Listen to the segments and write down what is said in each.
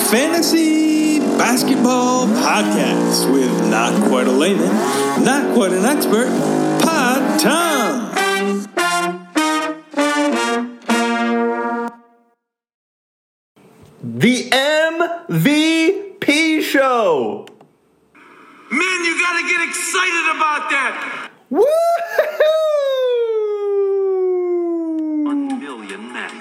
Fantasy Basketball Podcast with not quite a layman, not quite an expert, Pod Tom. The MVP show. Man, you gotta get excited about that! Woohoo! One million men.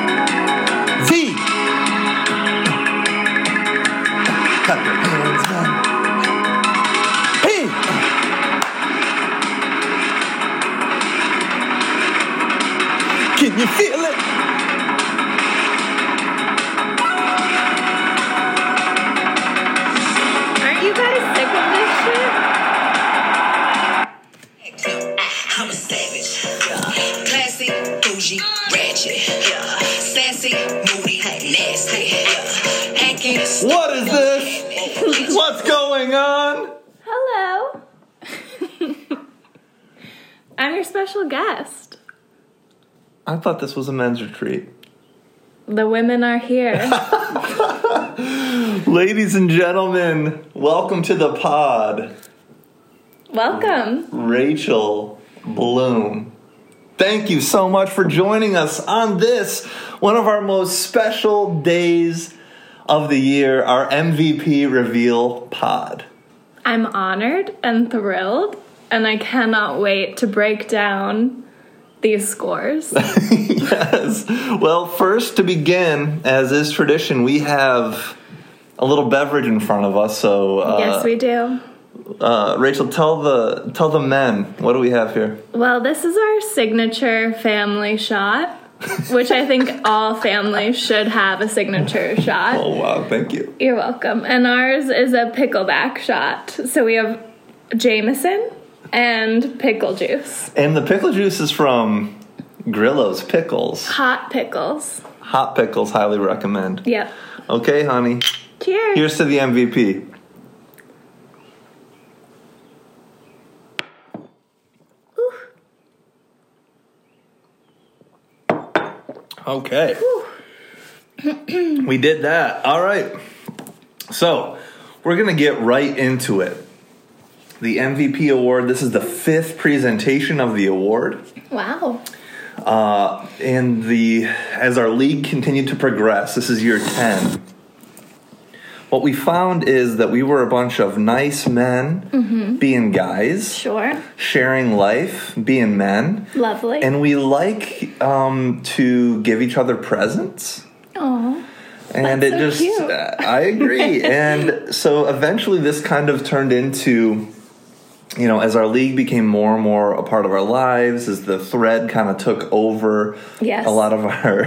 V. Clap your hands, man. Hey. Can you feel it? Aren't you guys sick of this shit? I'm a savage. Classy, bougie, ratchet. Sassy, moody, nasty. Hacking, What is this? What's going on? Hello. I'm your special guest. I thought this was a men's retreat. The women are here. Ladies and gentlemen, welcome to the pod. Welcome. Rachel Bloom. Thank you so much for joining us on this, one of our most special days of the year, our MVP reveal pod. I'm honored and thrilled, and I cannot wait to break down these scores. yes. Well, first to begin, as is tradition, we have a little beverage in front of us. So, uh, yes, we do. uh, Rachel, tell the tell the men what do we have here? Well, this is our signature family shot, which I think all families should have a signature shot. Oh wow, thank you. You're welcome. And ours is a pickleback shot. So we have Jameson and pickle juice. And the pickle juice is from Grillo's Pickles. Hot pickles. Hot pickles, highly recommend. Yep. Okay, honey. Cheers. Here's to the MVP. Okay. we did that. All right. So, we're going to get right into it. The MVP award, this is the fifth presentation of the award. Wow. Uh, and the as our league continued to progress, this is year ten. What we found is that we were a bunch of nice men being guys, Sure. sharing life, being men, Lovely. and we like um, to give each other presents. Aw. And That's it so just, uh, cute. I agree. and so eventually this kind of turned into, you know, as our league became more and more a part of our lives, as the thread kind of took over Yes. a lot of our,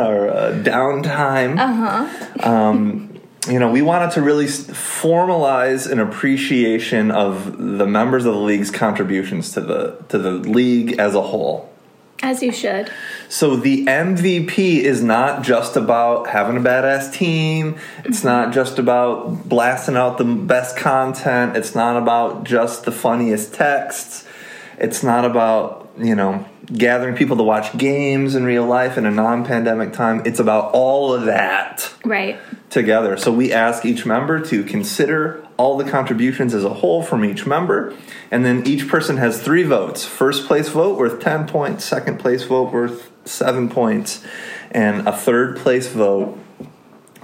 our uh, downtime. Uh-huh. Um, you know, we wanted to really s- formalize an appreciation of the members of the league's contributions to the to the league as a whole. As you should. So the MVP is not just about having a badass team. It's not just about blasting out the best content. It's not about just the funniest texts. It's not about, you know, gathering people to watch games in real life in a non-pandemic time. It's about all of that Right. together. So we ask each member to consider all the contributions as a whole from each member, and then each person has three votes. First place vote worth 10 points, second place vote worth 7 points, and a third place vote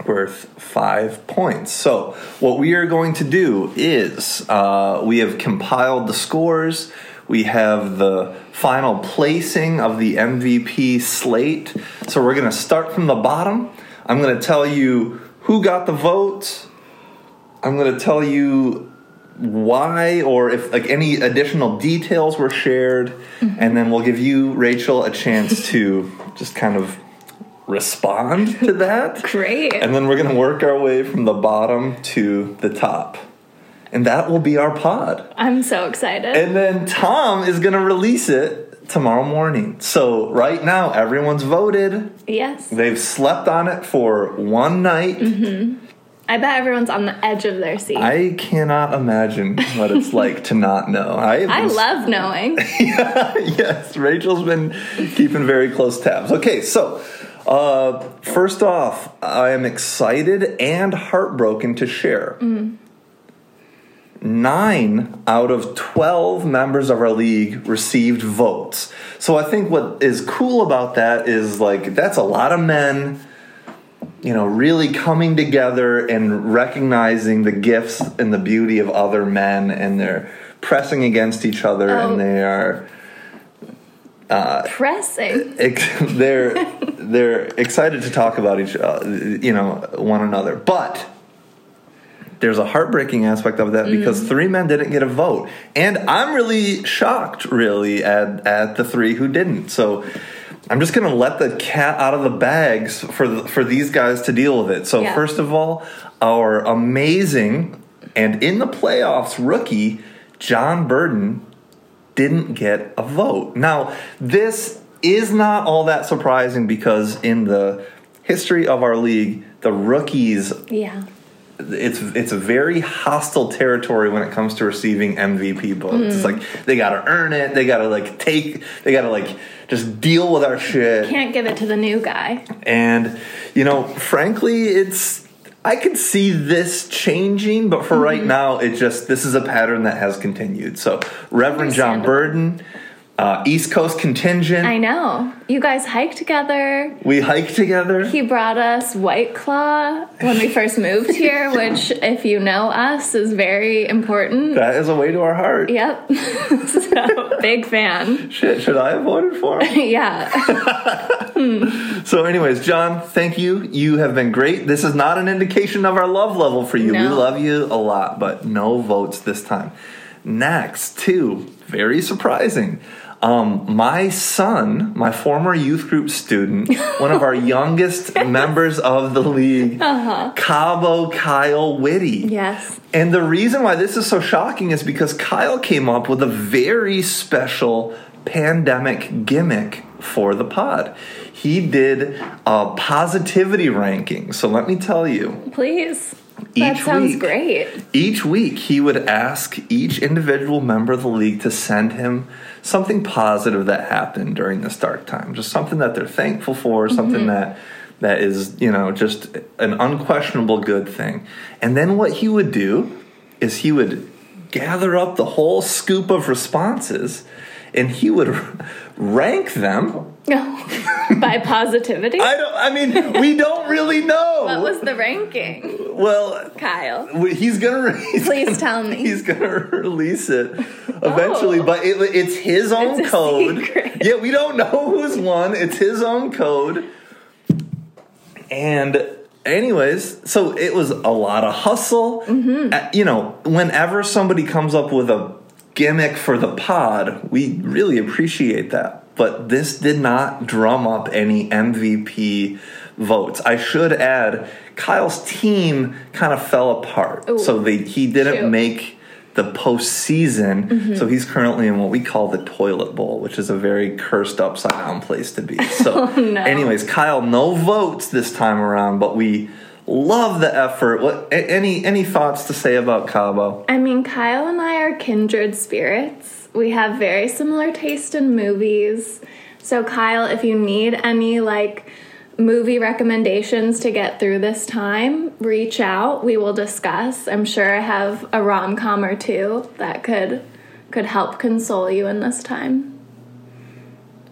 worth 5 points. So, what we are going to do is uh, we have compiled the scores, we have the final placing of the MVP slate. So, we're going to start from the bottom. I'm going to tell you who got the vote. I'm going to tell you why or if like any additional details were shared and then we'll give you Rachel a chance to just kind of respond to that. Great. And then we're going to work our way from the bottom to the top. And that will be our pod. I'm so excited. And then Tom is going to release it tomorrow morning. So right now, everyone's voted. Yes. They've slept on it for one night. I bet everyone's on the edge of their seat. I, I cannot imagine what it's like to not know. I, have been- love knowing. yes, Rachel's been keeping very close tabs. Okay, so uh, first off, I am excited and heartbroken to share. Nine out of 12 members of our league received votes. So I think what is cool about that is like, that's a lot of men. You know, really coming together and recognizing the gifts and the beauty of other men, and they're pressing against each other, Oh. and they are Pressing. ex- they're they're excited to talk about each uh, you know one another but there's a heartbreaking aspect of that because three men didn't get a vote and i'm really shocked really at at the three who didn't so i'm just gonna let the cat out of the bags for the, for these guys to deal with it so Yeah. first of all our amazing and in the playoffs rookie john burden didn't get a vote. Now, this is not all that surprising because in the history of our league, the rookies Yeah. it's it's a very hostile territory when it comes to receiving MVP votes. It's like they got to earn it, they got to like take, they got to like just deal with our shit. Can't give it to the new guy. And you know, frankly, it's I could see this changing, but for right Mm-hmm. now, it just this is a pattern that has continued. So, Reverend John Understandable. Burden, uh, East Coast contingent, I know. You guys hiked together. we hike together. He brought us White Claw when we first moved here, which, if you know us, is very important. that is a way to our heart. Yep. so, big fan. Shit, should I have voted for him? Yeah. so, anyways, John, thank you. You have been great. This is not an indication of our love level for you. We No. love you a lot, but no votes this time. Next, two, very surprising. Um, my son, my former youth group student, one of our youngest members of the league, Cabo Kyle Whitty. Yes. And the reason why this is so shocking is because Kyle came up with a very special pandemic gimmick for the pod. He did a positivity ranking. So let me tell you, Please. each that sounds week, great. each week he would ask each individual member of the league to send him something positive that happened during this dark time, just something that they're thankful Mm-hmm. for, something that that is, you know, just an unquestionable good thing. And then what he would do is he would gather up the whole scoop of responses and he would rank them. By positivity? I don't I mean, we don't really know. what was the ranking, well, Kyle? he's going to he's Please tell me. he's gonna release it eventually Oh. but it, it's his own It's a code secret. yeah we don't know who's won it's his own code and anyways so it was a lot of hustle Uh, you know whenever somebody comes up with a gimmick for the pod we really appreciate that but this did not drum up any mvp votes i should add kyle's team kind of fell apart so they, he didn't shoot. make the postseason, so he's currently in what we call the toilet bowl, which is a very cursed upside down place to be. So, anyways, Kyle, no votes this time around, but we love the effort. What a- any any thoughts to say about Cabo? I mean, Kyle and I are kindred spirits. We have very similar taste in movies. So, Kyle, if you need any like movie recommendations to get through this time, reach out. We will discuss. I'm sure I have a rom com or two that could could help console you in this time.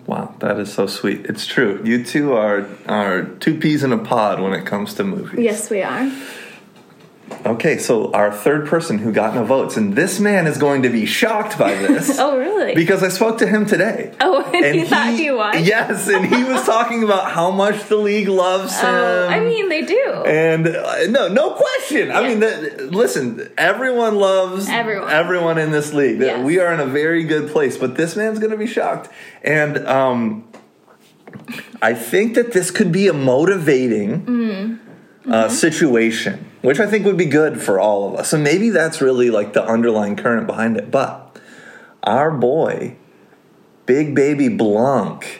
Wow, that is so sweet. It's true. You two are are two peas in a pod when it comes to movies. Yes, we are. Okay, so our third person who got no votes, and this man is going to be shocked by this. Oh, really? Because I spoke to him today. oh, and, you thought you won. Yes, and he was talking about how much the league loves him. Oh, I mean, they do. um, and uh, no, no question. I mean, that, listen, everyone loves Everyone. everyone in this league. That Yes. We are in a very good place, but this man's going to be shocked. And um, I think that this could be a motivating Mm-hmm. uh, situation, which I think would be good for all of us. So maybe that's really like the underlying current behind it. But our boy, Big Baby Blanc,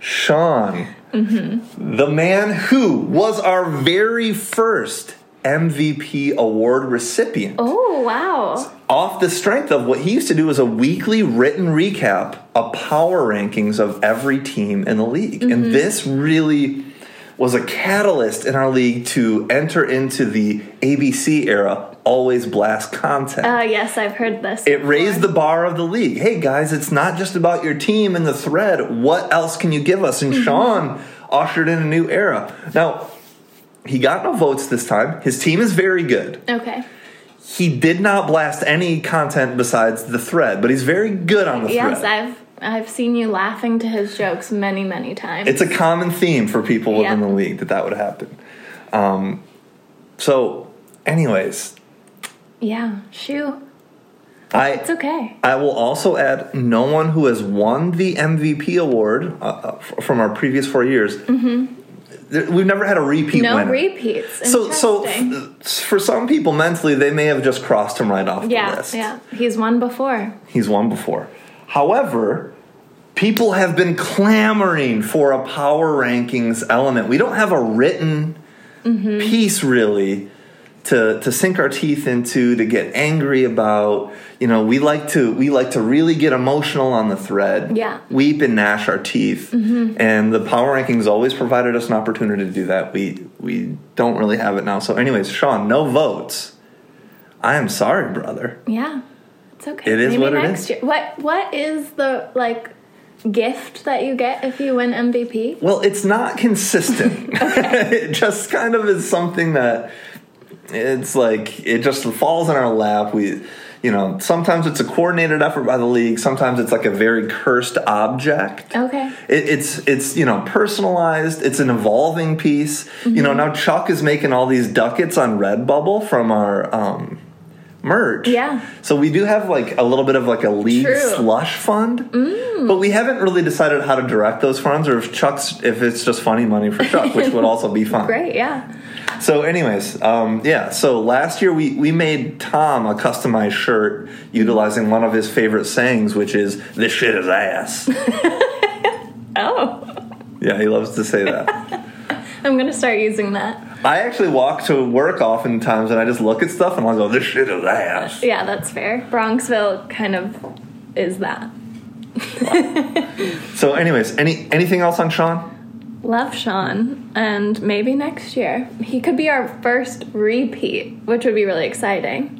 Sean, the man who was our very first MVP award recipient Oh, wow. off the strength of what he used to do was a weekly written recap of power rankings of every team in the league. And this really was a catalyst in our league to enter into the ABC era always blast content. Uh, yes, I've heard this. it raised the bar of the league. Hey guys, it's not just about your team and the thread. What else can you give us? And Mm-hmm. Sean ushered in a new era. Now, he got no votes this time. His team is very good Okay. he did not blast any content besides the thread, but he's very good on the Yes, thread. I've I've seen you laughing to his jokes many, many times. it's a common theme for people Yeah. within the league that that would happen. Um, so, anyways, yeah, shoot. I It's okay. I will also add no one who has won the MVP award uh, uh, f- from our previous four years. There- We've never had a repeat Mm-hmm. No winner. repeats. So, so Interesting. f- for some people mentally, they may have just crossed him right off the yeah, list. yeah. He's won before. He's won before. However, people have been clamoring for a power rankings element. We don't have a written piece really to to sink our teeth into to get angry about. You know, we like to we like to really get emotional on the thread. Yeah. Weep and gnash our teeth. And the power rankings always provided us an opportunity to do that. We we don't really have it now. So anyways, Sean, no votes. I am sorry, brother. Yeah. It's okay. It is Maybe what it next is. year. What what is the like gift that you get if you win MVP? Well, it's not consistent. it just kind of is something that it's like it just falls in our lap. We, you know, sometimes it's a coordinated effort by the league. Sometimes it's like a very cursed object. Okay. It, it's it's you know personalized. It's an evolving piece. You Mm-hmm. know now Chuck is making all these ducats on Redbubble from our um, merch. Yeah. So we do have like a little bit of like a league True. Mm. slush fund, but we haven't really decided how to direct those funds or if Chuck's if it's just funny money for Chuck, which would also be fun. Great, yeah. So, anyways, um, yeah. So last year we we made Tom a customized shirt utilizing one of his favorite sayings, which is "This shit is ass." Oh. yeah, he loves to say that. I'm gonna start using that. I actually walk to work oftentimes and I just look at stuff and I'll go, this shit is ass. Yeah, that's fair. Bronxville kind of is that. So, anyways, any anything else on Sean? Love Sean, and maybe next year. He could be our first repeat, which would be really exciting.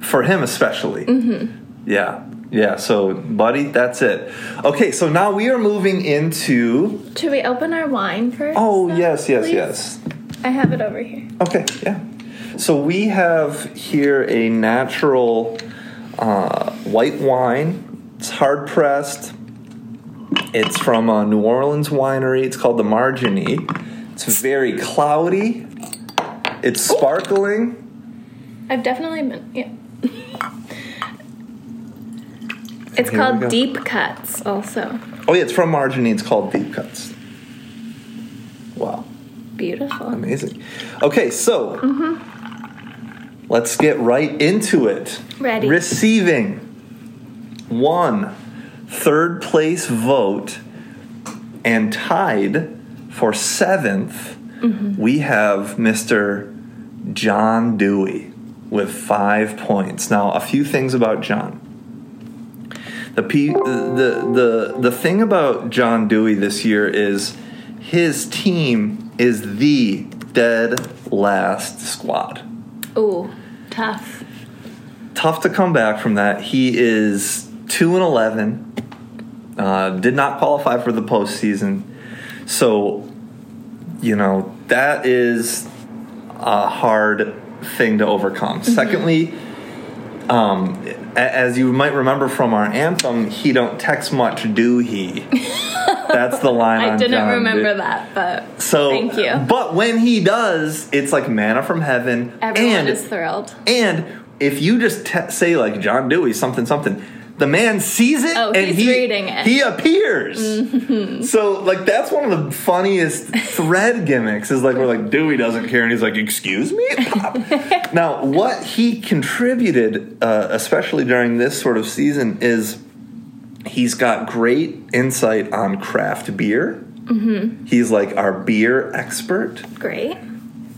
For him, especially. Mm-hmm. Yeah. Yeah. So, buddy, that's it. Okay. So now we are moving into. Should we open our wine first? Oh, then, yes, yes, please? yes. I have it over here. Okay. Yeah. So we have here a natural uh, white wine. It's hard pressed. It's from a New Orleans winery. It's called the Margini. It's very cloudy. It's sparkling. I've definitely been, yeah. it's Here we go. called Deep Cuts, also. Oh yeah, it's from Margini. It's called Deep Cuts. Wow, Beautiful. amazing. Okay, so let's get right into it. Ready. Receiving one third place vote and tied for 7th we have Mr. John Dewey with five points. Now, a few things about John. The, pe- the, the, the thing about John Dewey this year is his team is the dead last squad Ooh, tough. tough to come back from that. He is two and eleven. Uh, did not qualify for the postseason, so you know that is a hard thing to overcome. Mm-hmm. Secondly, um, a- as you might remember from our anthem, he don't text much, do he? That's the line. I on didn't John remember Dick. that, but So, thank you. But when he does, it's like manna from heaven, Everyone and is thrilled. and if you just te- say like John Dewey something something, the man sees it Oh, and he's he reading it. Mm-hmm. he appears. So like that's one of the funniest thread gimmicks is like we're like Dewey doesn't care and he's like excuse me. Pop." now what he contributed, uh, especially during this sort of season, is He's got great insight on craft beer. Mm-hmm. He's like our beer expert. Great.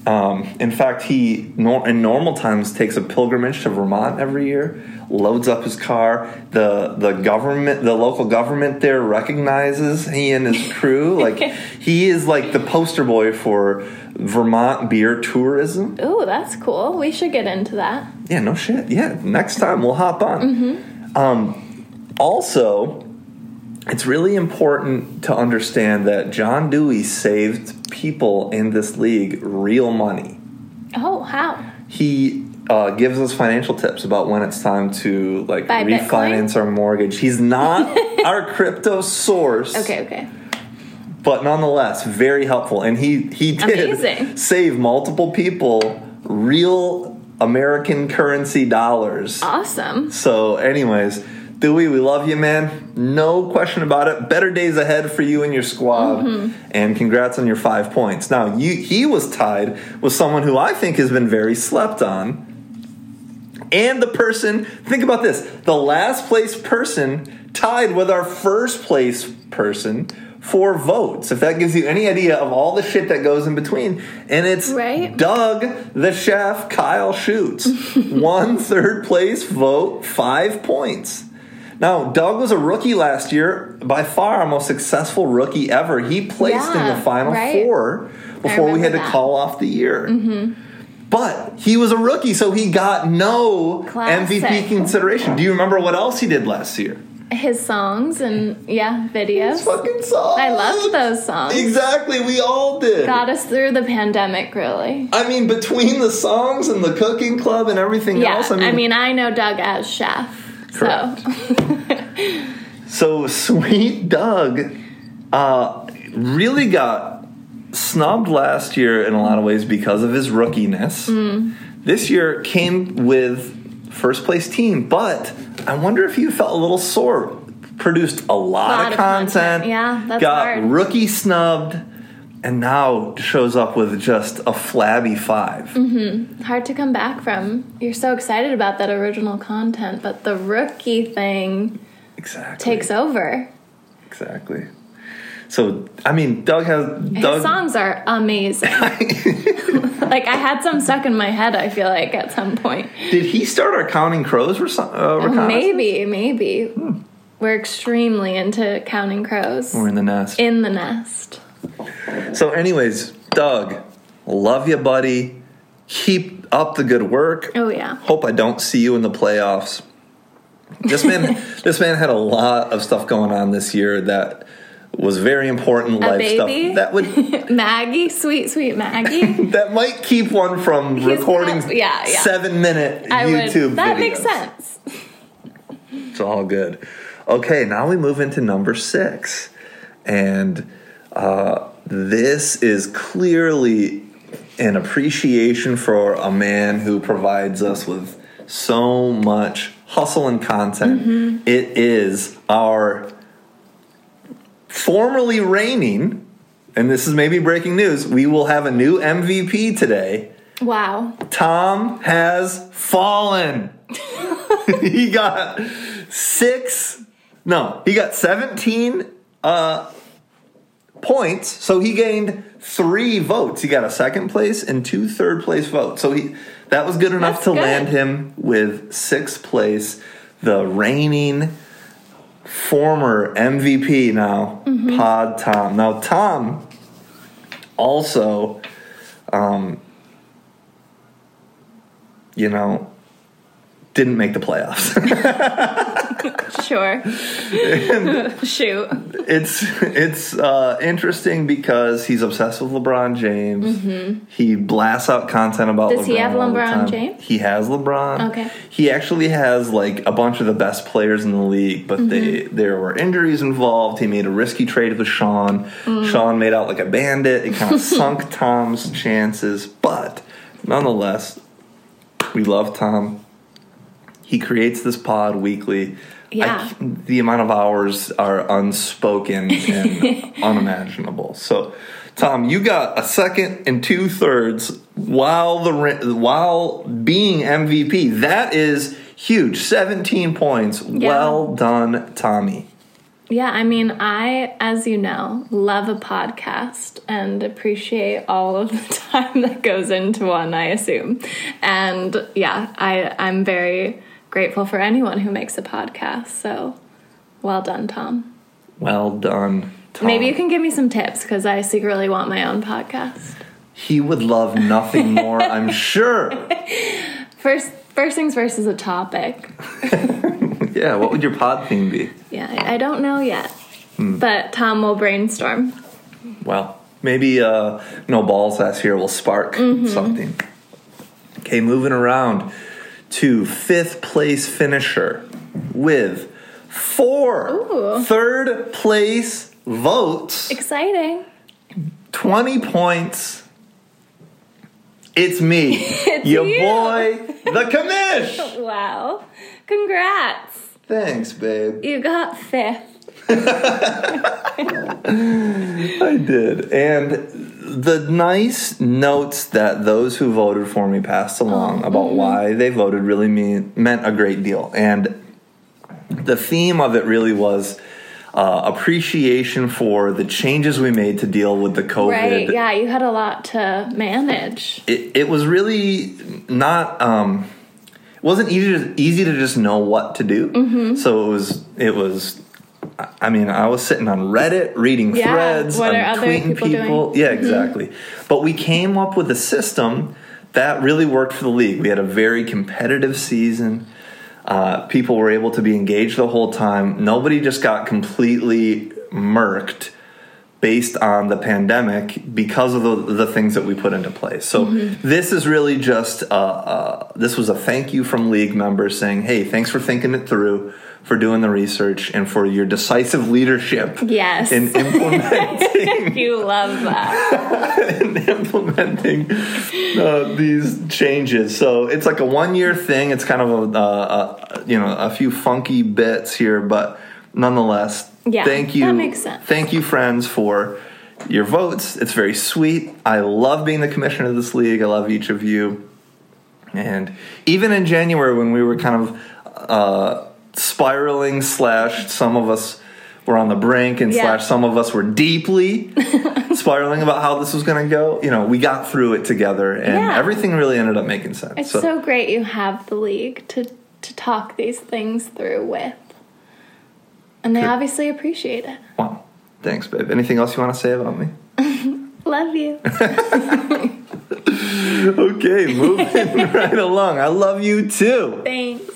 Um, in fact, he nor- in normal times takes a pilgrimage to Vermont every year, loads up his car. the The government, the local government there, recognizes he and his crew. like he is like the poster boy for Vermont beer tourism. Ooh, that's cool. We should get into that. Yeah, no shit. Yeah, next time we'll hop on. Um, also, it's really important to understand that John Dewey saved people in this league real money. Oh, how? He uh, gives us financial tips about when it's time to like Buy Bitcoin? refinance our mortgage. He's not our crypto source, Okay, okay. but nonetheless very helpful. And he he did Amazing. save multiple people real American currency dollars. Awesome. So, anyways, Dewey, we love you, man. No question about it. Better days ahead for you and your squad. Mm-hmm. And congrats on your five points. Now, you, he was tied with someone who I think has been very slept on. And the person, think about this the last place person tied with our first place person for votes. If that gives you any idea of all the shit that goes in between. And it's Right. Doug, the chef, Kyle Schutz. One third place vote, five points. Now, Doug was a rookie last year, by far our most successful rookie ever. He placed in Yeah, the final right. four before we remember had to that. Mm-hmm. call off the year. But he was a rookie, so he got no Classic. MVP consideration. Do you remember what else he did last year? His songs and yeah, videos. Fucking songs. I loved those songs. Exactly, we all did. Got us through the pandemic, really. I mean, between the songs and the cooking club and everything Yeah, else, I mean, I know Doug as chef. Correct. So So sweet Doug uh, really got snubbed last year in a lot of ways because of his rookiness. Hmm. This year came with first place team, but I wonder if you felt a little sore. Produced a lot, Lot of, of content, content. Yeah, that's got hard. rookie snubbed, and now shows up with just a flabby 5 Mm. hard to come back from. You're so excited about that original content, but the rookie thing Exactly. takes over. exactly. So I mean, Doug has His Doug. songs are amazing. like I had some stuck in my head. I feel like at some point. Did he start our Counting Crows reso- uh, reconnaissance? Maybe, maybe. We're extremely into counting crows We're in the nest. in the nest. so, anyways, Doug, love you, buddy. Keep up the good work. Oh yeah. Hope I don't see you in the playoffs. This man, this man had a lot of stuff going on this year that was very important life stuff baby? that would Maggie, sweet, sweet Maggie. that might keep one from He's recording got- yeah, yeah. seven minute I YouTube. would. That makes videos. sense. It's all good. Okay, now we move into number six. And uh, this is clearly an appreciation for a man who provides us with so much hustle and content. It is our formerly reigning, and this is maybe breaking news, we will have a new MVP today. Wow. Tom has fallen. he got six. No, he got 17 uh, points. So he gained three votes. He got a second place and two third place votes. So he that was good enough That's to good. land him with sixth place, the reigning former MVP now, Mm-hmm. Pod Tom. Now Tom also um, you know, didn't make the playoffs. Sure. Shoot. it's it's uh, interesting because he's obsessed with LeBron James. He blasts out content about. Mm-hmm. Does he have all the LeBron time. James? He has LeBron. Okay. He actually has like a bunch of the best players in the league, but they Mm-hmm. there were injuries involved. He made a risky trade with Sean. Mm. Sean made out like a bandit. It kind of sunk Tom's chances, but nonetheless, we love Tom. He creates this pod weekly. I Yeah. c- the amount of hours are unspoken and unimaginable. So, Tom, you got a second and two thirds while the re- while being MVP. That is huge. Seventeen points. Well done, Tommy. Yeah, I mean, I, as you know, love a podcast and appreciate all of the time that goes into one, I assume. And yeah, I, I'm very grateful for anyone who makes a podcast. So well done, Tom. Well done, Tom. Maybe you can give me some tips because I secretly want my own podcast. He would love nothing more, I'm sure. First, first things first is a topic. Yeah, what would your pod theme be? Yeah, I, I don't know yet, Hmm. but Tom will brainstorm. Well, maybe uh, no balls last year will spark Mm-hmm. something. Okay, moving around to fifth place finisher with four Ooh. third place votes, Exciting. 20 points. It's me, your you. boy, the commish. Wow. Congrats. Thanks, babe. You got fifth. I did. And the nice notes that those who voted for me passed along about why they voted really mean, meant a great deal. And the theme of it really was uh, appreciation for the changes we made to deal with Oh, the COVID Right. Yeah, you had a lot to manage. it, it was really not um it wasn't easy to, easy to just know what to do Mm-hmm. so it was it was i mean i was sitting on reddit reading Yeah, threads what I'm are other tweeting people doing? Mm-hmm. yeah exactly but we came up with a system that really worked for the league we had a very competitive season uh, people were able to be engaged the whole time nobody just got completely murked based on the pandemic because of the, the things that we put into place. So this is really just uh, uh, this was a thank you from league members saying, "Hey, thanks for thinking it through, for doing the research, and for your decisive leadership Yes. in implementing you love that. in implementing uh, these changes." So it's like a one year thing. It's kind of a, uh, a you know a few funky bits here, but nonetheless, Yeah, thank you. that makes sense. Thank you, friends, for your votes. It's very sweet. I love being the commissioner of this league. I love each of you. And even in January, when we were kind of uh, spiraling, slash, some of us were on the brink, and Yeah. slash, some of us were deeply spiraling about how this was going to go. You know, we got through it together, and Yeah. everything really ended up making sense. It's so, great you have the league to to talk these things through with. And they obviously appreciate it. wow. thanks, babe. Anything else you want to say about me? Love you. Okay, moving right along. I love you too. Thanks.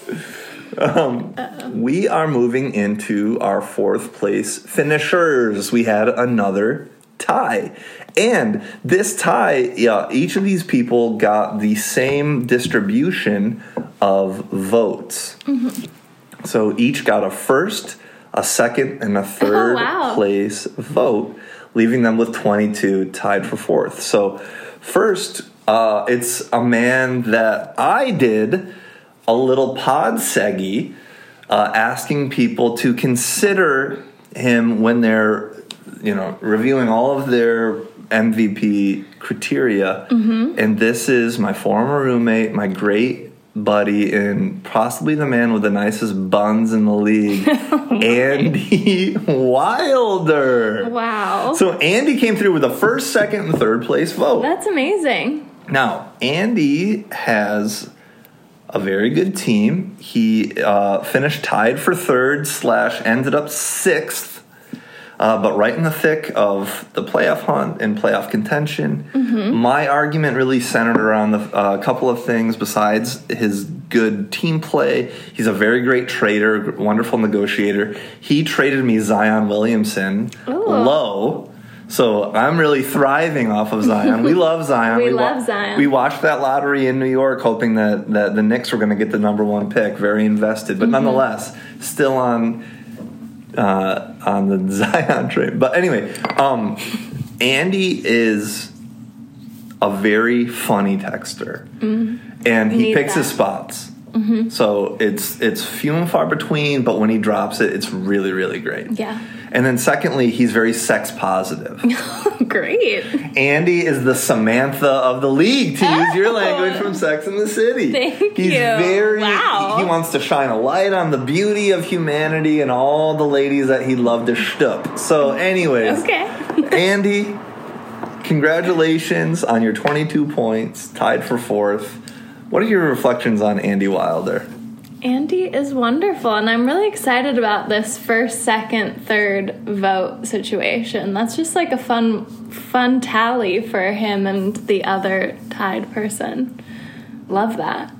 We are moving into our fourth place finishers. We had another tie. And this tie, yeah, each of these people got the same distribution of votes. So each got a first, a second, and a third wow. place vote, leaving them with 22 tied for fourth. So, first, uh, it's a man that I did a little pod seggy, uh, asking people to consider him when they're, you know, reviewing all of their MVP criteria. And this is my former roommate, my great buddy and possibly the man with the nicest buns in the league, Andy Wilder. Wow. So Andy came through with a first, second, and third place vote. That's amazing. Now, Andy has a very good team. He uh, finished tied for third, slash, ended up sixth, uh, but right in the thick of the playoff hunt and playoff contention. My argument really centered around a uh, couple of things besides his good team play. He's a very great trader, wonderful negotiator. He traded me Zion Williamson Ooh. low. So I'm really thriving off of Zion. We love Zion. We love Zion. We watched that lottery in New York, hoping that, that the Knicks were going to get the number one pick. Very invested, Mm-hmm. but nonetheless, still on uh, on the Zion train. But anyway, um, Andy is a very funny texter, and he Need picks Mm-hmm. that. Mm-hmm. his spots. So it's it's few and far between, but when he drops it, it's really really great. Yeah. And then secondly, he's very sex positive. Great. Andy is the Samantha of the league, to use your Oh. language from Sex and the City. Thank He's you. very Wow. he wants to shine a light on the beauty of humanity and all the ladies that he loved to shtup. So anyways, Okay. Andy, congratulations on your 22 points, tied for fourth. What are your reflections on Andy Wilder? Andy is wonderful, and I'm really excited about this first, second, third vote situation. That's just like a fun, fun tally for him and the other tied person. Love that.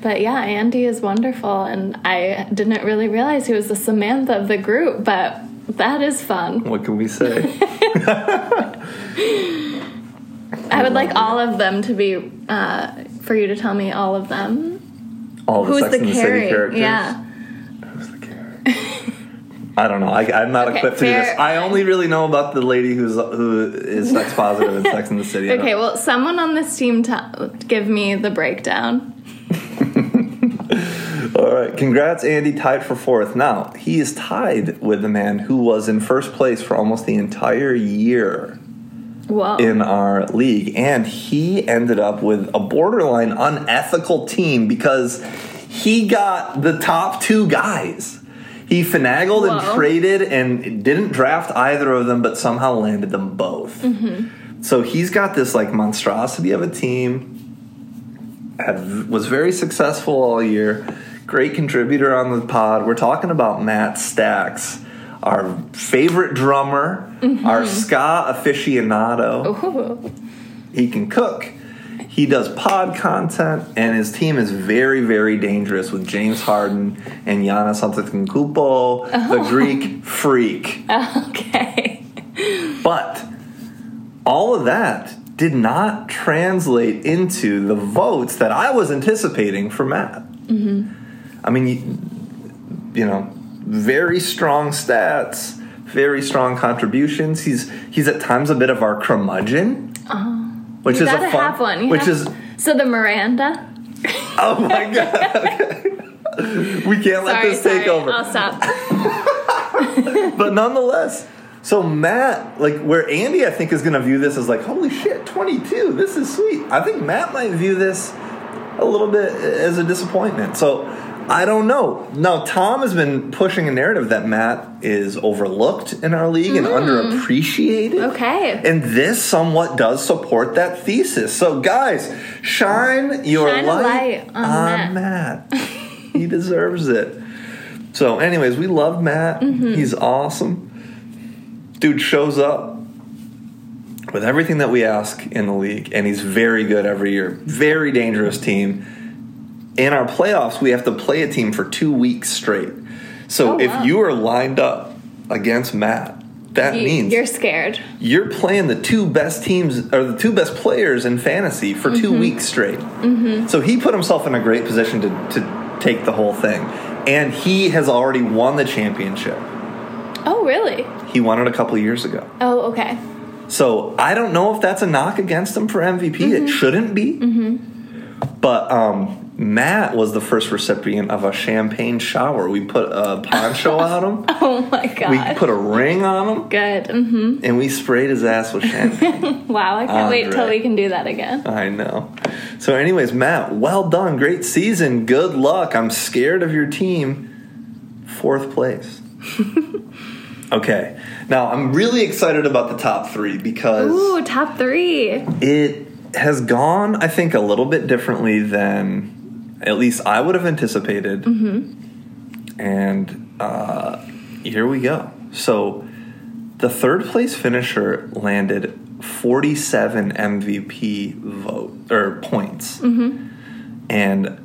But yeah, Andy is wonderful, and I didn't really realize he was the Samantha of the group, but that is fun. What can we say? I would like all of them to be, uh, for you to tell me all of them. All the Who's Sex the and the City Carrie? characters. Yeah. Who's the Carrie? I don't know. I, I'm not Okay, equipped to do this. fair. I only really know about the lady who's who is sex positive in Sex and the City. I Okay, don't- well, someone on this team to give me the breakdown. All right. Congrats, Andy. Tied for fourth. Now he is tied with the man who was in first place for almost the entire year. Whoa. in our league, and he ended up with a borderline unethical team because he got the top two guys. He finagled and Whoa. traded and didn't draft either of them, but somehow landed them both. So he's got this like monstrosity of a team. Had, was very successful all year. Great contributor on the pod. We're talking about Matt Stacks, our favorite drummer, our ska aficionado. Ooh. He can cook. He does pod content, and his team is very, very dangerous with James Harden and Giannis Antetokounmpo, Oh. the Greek freak. Okay. But all of that did not translate into the votes that I was anticipating for Matt. Mm-hmm. I mean, you, you know, very strong stats, very strong contributions. He's he's at times a bit of our curmudgeon, which Uh-huh. You is a gotta fun, have one. You which have- is So the Miranda. Oh my god. Okay. we can't let Sorry, this take sorry. over. I'll stop. But nonetheless, so Matt, like where Andy I think is going to view this as like, holy shit, 22. This is sweet. I think Matt might view this a little bit as a disappointment. So I don't know. Now Tom has been pushing a narrative that Matt is overlooked in our league and Mm. underappreciated. Okay. And this somewhat does support that thesis. So, guys, shine your Shine a light, light on Matt. he deserves it. So, anyways, we love Matt. Mm-hmm. He's awesome. Dude shows up with everything that we ask in the league, and he's very good every year. Very dangerous team. In our playoffs, we have to play a team for two weeks straight. So, Oh, if wow. you are lined up against Matt, that You- means You're scared. you're playing the two best teams or the two best players in fantasy for 2 Mm-hmm. weeks straight. So he put himself in a great position to, to take the whole thing. And he has already won the championship. Oh, really? He won it a couple years ago. Oh, okay. So I don't know if that's a knock against him for MVP. Mm-hmm. It shouldn't be. But um, Matt was the first recipient of a champagne shower. We put a poncho on him, Oh my god. we put a ring on him, Good. hmm and we sprayed his ass with champagne. Wow, I can't wait Andre. till Uh, we can do that again. I know. So, anyways, Matt, well done. Great season. Good luck. I'm scared of your team. Fourth place. okay. Now, I'm really excited about the top three because Ooh, top three. it has gone, I think, a little bit differently than at least I would have anticipated. And uh, here we go. So the third place finisher landed 47 MVP vote or points, and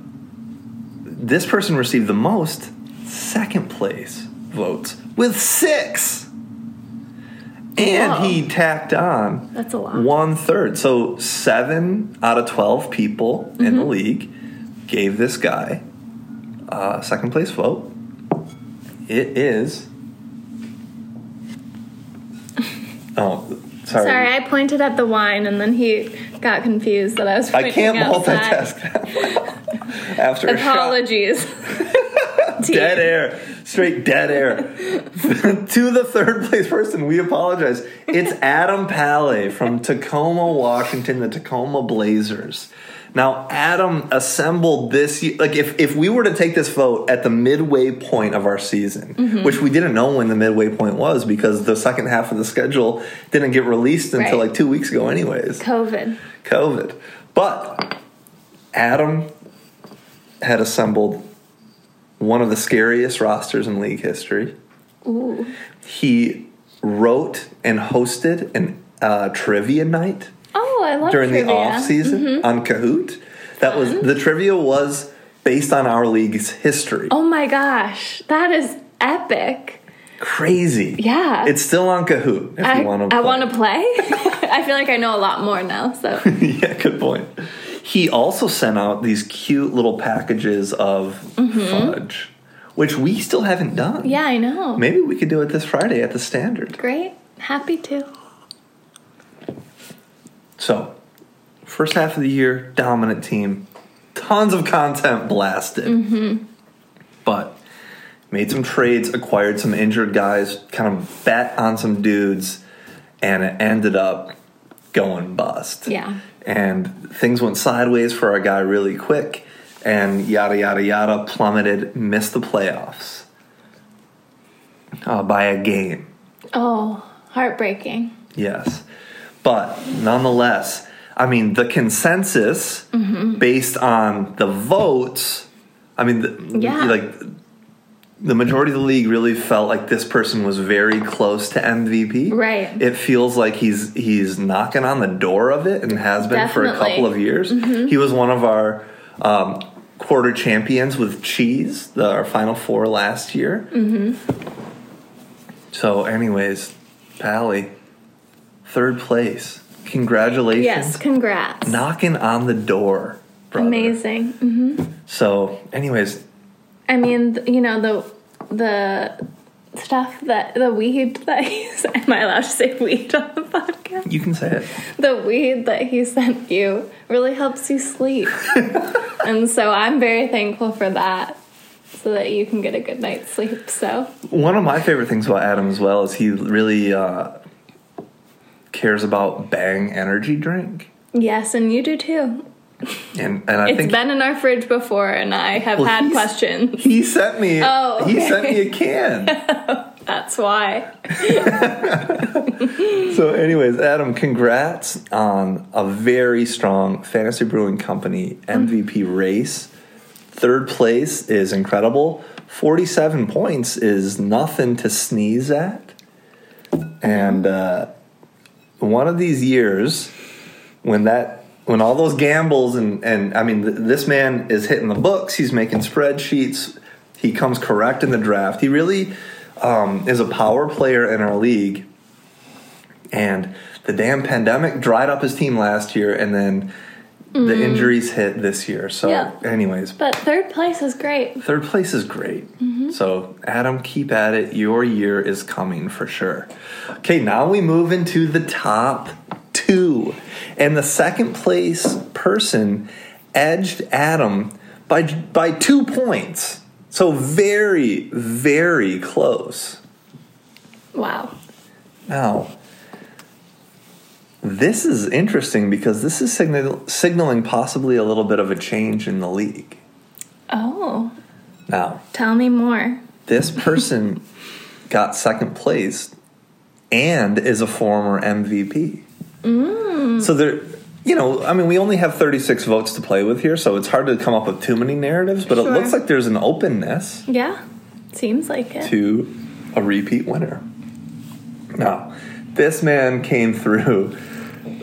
this person received the most second place votes with six. And Wow. he tacked on That's a lot. one third. So seven out of twelve people in the Mm-hmm. league gave this guy uh, second place vote. It is. Oh, sorry. Sorry, I pointed at the wine and then he got confused that I was I pointing can't outside. multitask. after a shot. Apologies. Team. dead air, straight dead air. to the third place person, we apologize. It's Adam Pally from Tacoma, Washington, the Tacoma Blazers. Now, Adam assembled this. ye- Like, if, if we were to take this vote at the midway point of our season, Mm-hmm. which we didn't know when the midway point was because the second half of the schedule didn't get released until Right. like two weeks ago, anyways. COVID. COVID. But Adam had assembled one of the scariest rosters in league history. Ooh. He wrote and hosted an uh, trivia night Oh, I love during trivia. Mm-hmm. the off season on Kahoot. That was the trivia was based on our league's history. Oh my gosh, that is epic. Crazy. Yeah. It's still on Kahoot if I, you want to I want to play. I feel like I know a lot more now. So yeah, good point. He also sent out these cute little packages of fudge, which we still haven't done. yeah, I know. Maybe we could do it this Friday at the Standard. Great. Happy to. So, first half of the year, dominant team, tons of content blasted. But made some trades, acquired some injured guys, kind of bet on some dudes, and it ended up going bust. Yeah. And things went sideways for our guy really quick, and yada, yada, yada, plummeted, missed the playoffs uh, by a game. Oh, heartbreaking. Yes. But nonetheless, I mean, the consensus Mm-hmm. based on the votes, I mean, the, Yeah. like the majority of the league really felt like this person was very close to MVP. Right. It feels like he's he's knocking on the door of it and has been for a Definitely. Mm-hmm. couple of years. He was one of our um, quarter champions with Cheese, the, our final four last year. Mm-hmm. So, anyways, Pally, third place. Congratulations. Yes, congrats. Knocking on the door. Brother. Amazing. Mhm. So, anyways, I mean, th- you know the the stuff that the weed that he's. Am I allowed to say weed on the podcast? you can say it. The weed that he sent you really helps you sleep, and so I'm very thankful for that. So that you can get a good night's sleep. So One of my favorite things about Adam as well is he really uh, cares about Bang energy drink, yes, and you do too. and and I It's think been in our fridge before, and I have Well, had he's- questions. he sent me Oh, he okay. sent me a can. That's why. so, anyways, Adam, congrats on a very strong Fantasy Brewing Company MVP race. Third place is incredible. Forty-seven points is nothing to sneeze at, and. Uh, one of these years when that when all those gambles and and I mean th- this man is hitting the books, he's making spreadsheets, he comes correct in the draft. He really um, is a power player in our league. And the damn pandemic dried up his team last year, and then the injuries hit this year. So, Yeah. anyways, But third place is great. Third place is great. So, Adam, keep at it. Your year is coming for sure. Okay, now we move into the top two. And the second place person edged Adam by, by two points. So, very, very close. Wow. Now, this is interesting because this is signal, signaling possibly a little bit of a change in the league. Oh, Now, tell me more. this person got second place and is a former MVP. Mm. So there, you know, I mean, we only have 36 votes to play with here, so it's hard to come up with too many narratives, but it Sure. looks like there's an openness Yeah, seems like it. to a repeat winner. Now, this man came through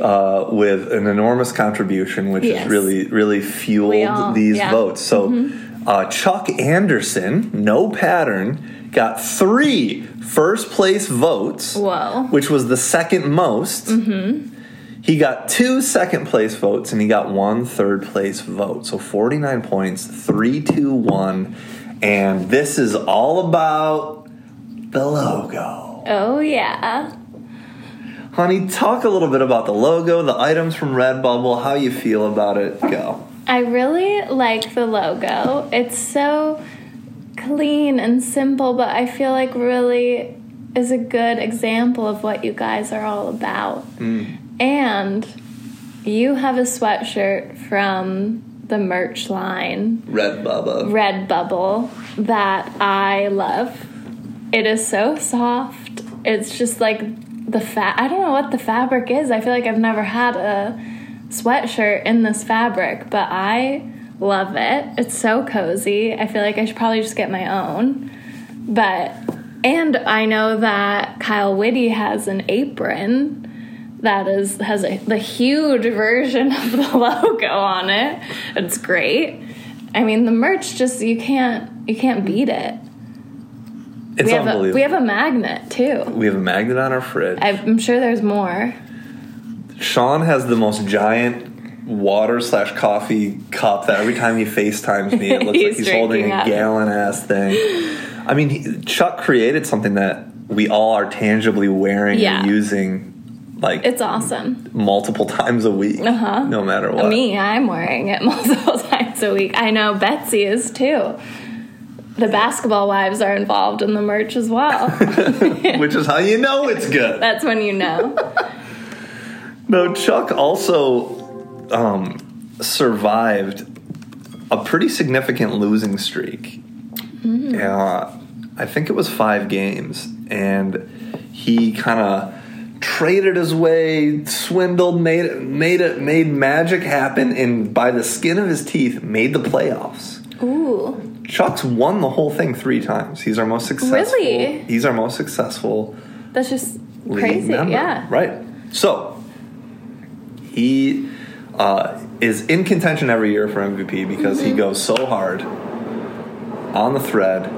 uh, with an enormous contribution, which Yes. has really, really fueled We all- these yeah. votes. So, Mm-hmm. uh, Chuck Anderson, no pattern, got three first place votes, Whoa. Mm-hmm. which was the second most. He got two second place votes and he got one third place vote. So 49 points, three, two, one. And this is all about the logo. Oh yeah. Honey, talk a little bit about the logo, the items from Redbubble, how you feel about it. Go. I really like the logo. It's so clean and simple, but I feel like really is a good example of what you guys are all about. And you have a sweatshirt from the merch line, Red Bubba. Redbubble, that I love. It is so soft. It's just like the fat. I don't know what the fabric is. I feel like I've never had a sweatshirt in this fabric, but I love it. It's so cozy. I feel like I should probably just get my own. But and I know that Kyle Whitty has an apron that is has a, the huge version of the logo on it. It's great. I mean, the merch just you can't you can't beat it. It's we have unbelievable. a we have a magnet too. we have a magnet on our fridge. I'm sure there's more. Sean has the most giant water slash coffee cup that every time he FaceTimes me, it looks He's like he's holding drinking a out of it. gallon ass thing. I mean, he, Chuck created something that we all are tangibly wearing Yeah. and using like It's awesome. multiple times a week, Uh-huh. no matter what. Me, I'm wearing it multiple times a week. I know Betsy is too. The basketball wives are involved in the merch as well. Which is how you know it's good. That's when you know. No, Chuck also um, survived a pretty significant losing streak. Uh, I think it was five games, and he kind of traded his way, swindled, made made it, made magic happen, and by the skin of his teeth, made the playoffs. Ooh, Chuck's won the whole thing three times. He's our most successful. Really? He's our most successful that's just league crazy. member. Yeah. Right. So he uh, is in contention every year for MVP because Mm-hmm. he goes so hard on the thread.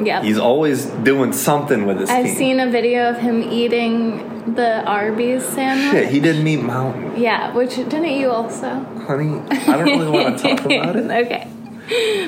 Yep. He's always doing something with his I've team. seen a video of him eating the Arby's sandwich. Shit, he did meet Mountain, yeah, which didn't you also? honey. I don't really want to talk about it. okay.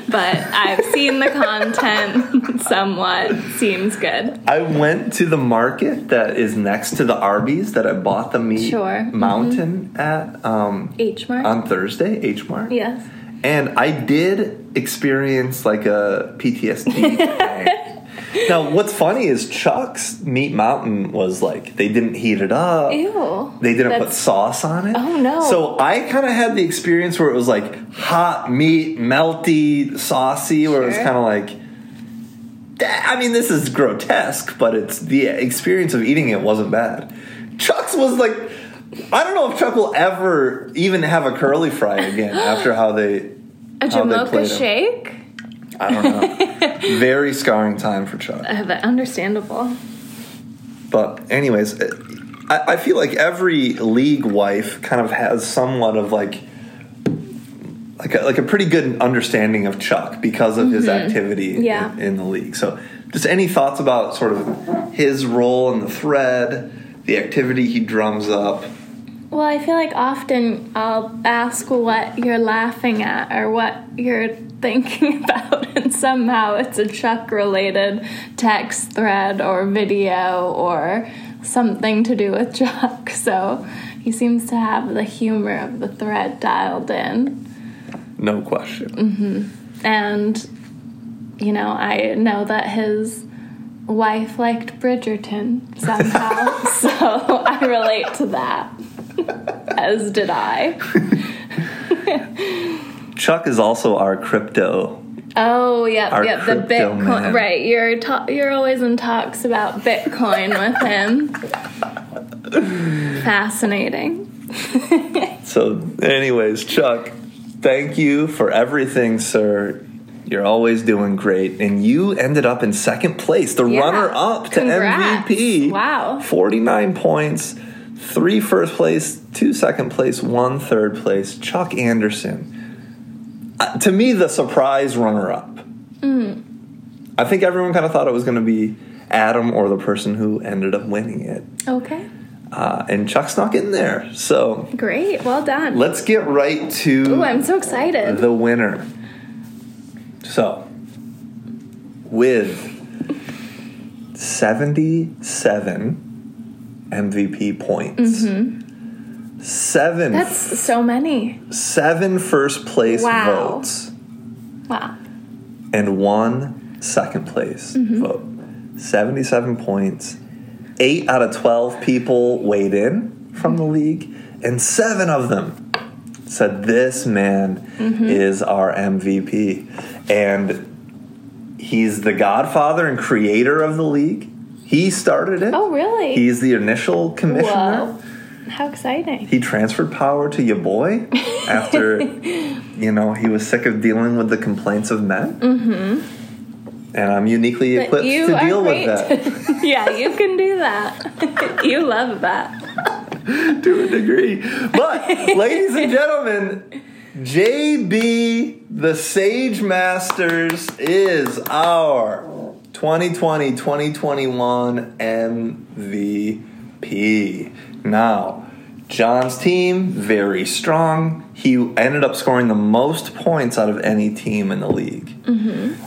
But I've seen the content somewhat. Seems good. I went to the market that is next to the Arby's that I bought the meat Sure. Mm-hmm. Mountain at um, H mark. on Thursday, H Mart. yes. And I did experience like a PTSD. thing. now, what's funny is Chuck's Meat Mountain was like they didn't heat it up. Ew. They didn't put That's- sauce on it. Oh, no. So I kind of had the experience where it was like hot meat, melty, saucy, where it was Sure. kind of like. "Dah," I mean, this is grotesque, but it's the experience of eating it wasn't bad. Chuck's was like, I don't know if Chuck will ever even have a curly fry again after how they. A how they played Jamocha 'em. shake? I don't know. Very scarring time for Chuck. Uh, but understandable. But anyways, it- I, I feel like every league wife kind of has somewhat of like like a, like a pretty good understanding of Chuck because of his activity in- Yeah. in, the league. So, just any thoughts about sort of his role in the thread, the activity he drums up? Well, I feel like often I'll ask what you're laughing at or what you're thinking about, and somehow it's a Chuck related text thread or video or something to do with Chuck. So he seems to have the humor of the thread dialed in. No question. and you know i know that his wife liked bridgerton somehow so i relate to that as did i Chuck is also our crypto. oh yep Our yep the crypto bitcoin man. right you're ta- you're always in talks about bitcoin with him fascinating So, anyways, Chuck, thank you for everything, sir. You're always doing great. And you ended up in second place, the Yeah. runner up to Congrats. MVP. Wow. 49 points, three first place, two second place, one third place. Chuck Anderson. Uh, to me, the surprise runner up. Mm. I think everyone kind of thought it was going to be Adam or the person who ended up winning it. okay Uh, and Chuck's not getting there. So great well done Let's get right to Ooh, I'm so excited. the winner. So, with 77 MVP points, Seven, Mm-hmm. That's so many. seven first place Wow. votes Wow. and one second place vote. 77 points. Eight out of 12 people weighed in from the league, and seven of them said, This man is our MVP. And he's the godfather and creator of the league. He started it. Oh, really? He's the initial commissioner. Whoa. How exciting. He transferred power to your boy after, you know, he was sick of dealing with the complaints of men. Mm-hmm. And I'm uniquely But equipped you to are deal great. with that yeah, you can do that. you love that. to a degree. But, ladies and gentlemen, JB the Sage Masters is our 2020 2021 MVP. Now, John's team, very strong. He ended up scoring the most points out of any team in the league.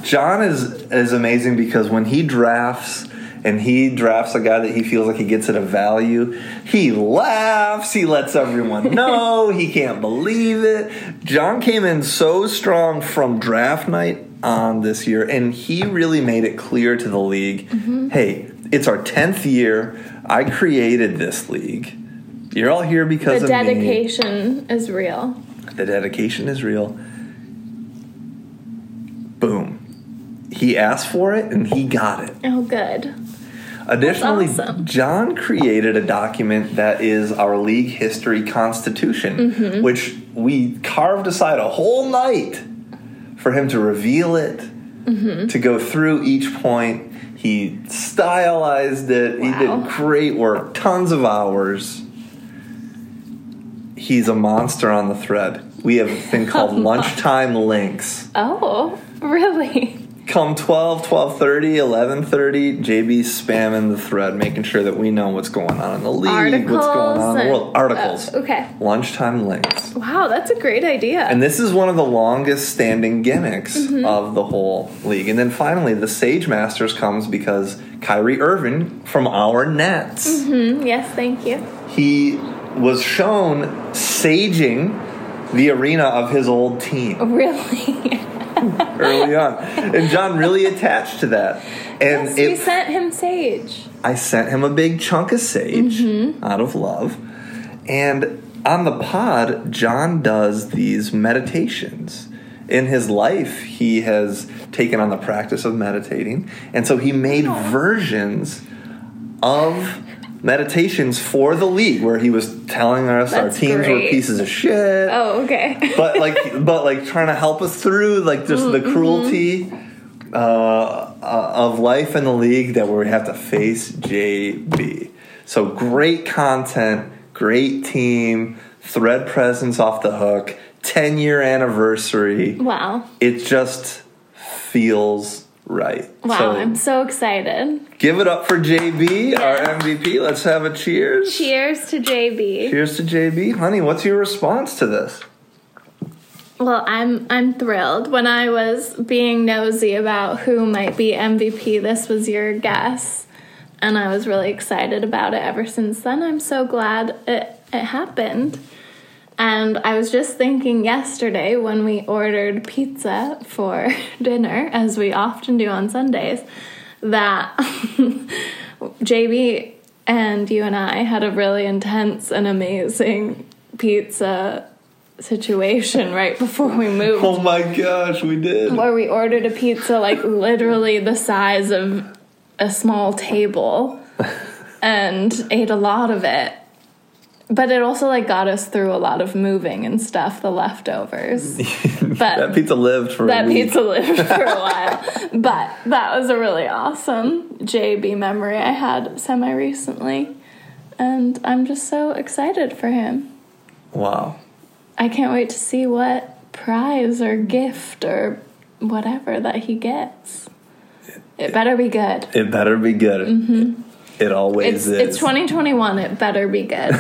John is is amazing because when he drafts and he drafts a guy that he feels like he gets at a value, he laughs, he lets everyone know, he can't believe it. John came in so strong from draft night on this year and he really made it clear to the league, Mm-hmm. hey, it's our 10th year. I created this league. You're all here The because of me. dedication is real. The dedication is real. Boom. He asked for it and he got it. Oh, good. Additionally, awesome. John created a document that is our league history constitution, Mm-hmm. which we carved aside a whole night for him to reveal it, Mm-hmm. to go through each point. He stylized it. He Wow. did great work, tons of hours. He's a monster on the thread. We have a thing called lunchtime links Oh, really? come 12 12.30 11.30 jb's spamming the thread making sure that we know what's going on in the league what's going on in the world and- articles oh, okay. lunchtime links Wow, that's a great idea. and this is one of the longest standing gimmicks Mm-hmm. of the whole league and then finally the sage masters comes because kyrie irvin from our nets Mm-hmm. Mm, yes, thank you. he was shown saging the arena of his old team Really? Oh. early on and john really attached to that and yes, it we sent him sage. I sent him a big chunk of sage Mm-hmm. out of love. And on the pod, John does these meditations. In his life, he has taken on the practice of meditating. And so he made Oh. versions of meditations for the league where he was telling us our That's teams were great. pieces of shit Oh, okay. but like but like trying to help us through like just the Mm-hmm. cruelty uh, uh, of life in the league that we have to face JB. So great content, great team, thread presence off the hook, 10 year anniversary. wow. It just feels right. Wow, So I'm so excited. give it up for JB, Yes. our MVP. Let's have a cheers. Cheers to JB. Cheers to JB. Honey, what's your response to this? Well, I'm I'm thrilled. When I was being nosy about who might be MVP, this was your guess, and I was really excited about it ever since then. I'm so glad it it happened. And I was just thinking yesterday when we ordered pizza for dinner, as we often do on Sundays, that JB and you and I had a really intense and amazing pizza situation right before we moved Oh my gosh, we did. where we ordered a pizza like literally the size of a small table and ate a lot of it but it also like got us through a lot of moving and stuff the leftovers That but pizza lived for that a week. pizza lived for a while but that was a really awesome jb memory i had semi recently and i'm just so excited for him Wow. I can't wait to see what prize or gift or whatever that he gets. It better be good. It better be good. It always Mm-hmm. It's is. it's 2021. It better be good.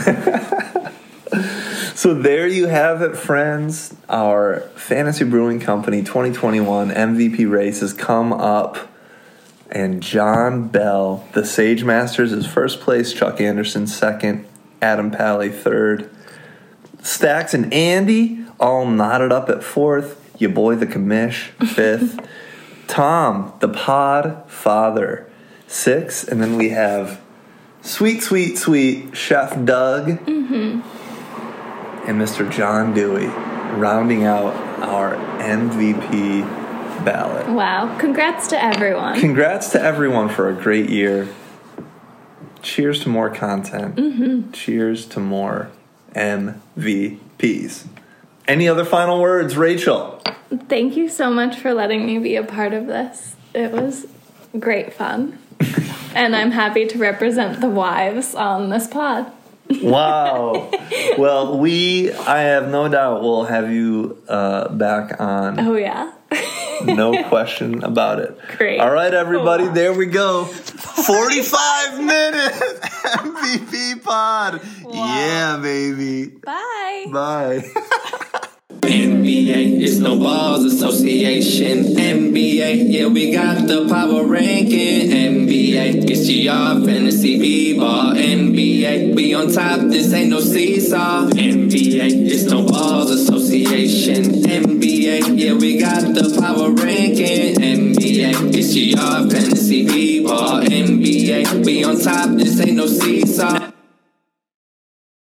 So there you have it, friends. Our Fantasy Brewing Company 2021 MVP race has come up. And John Bell, the Sage Masters, is first place. Chuck Anderson, second. Adam Pally, third. Stacks and Andy all knotted up at fourth. Your boy the commish fifth. Tom the pod father six, and then we have sweet, sweet, sweet Chef Doug and Mr. John Dewey rounding out our MVP ballot. Wow. Congrats to everyone. Congrats to everyone for a great year. Cheers to more content. Cheers to more MVPs. Any other final words, Rachel? Thank you so much for letting me be a part of this. It was great fun. and I'm happy to represent the wives on this pod. Wow. well, we, I have no doubt, will have you uh, back on. Oh, yeah. No question about it. Great. All right, everybody, there we go. 45 minute MVP pod. Yeah, baby. Bye. Bye. NBA is no balls association. NBA, yeah, we got the power ranking. NBA, it's GR fantasy b-ball. NBA, we on top, this ain't no seesaw. NBA, it's no balls association. NBA, yeah, we got the power ranking. NBA, it's GR fantasy b-ball. NBA, we on top, this ain't no seesaw.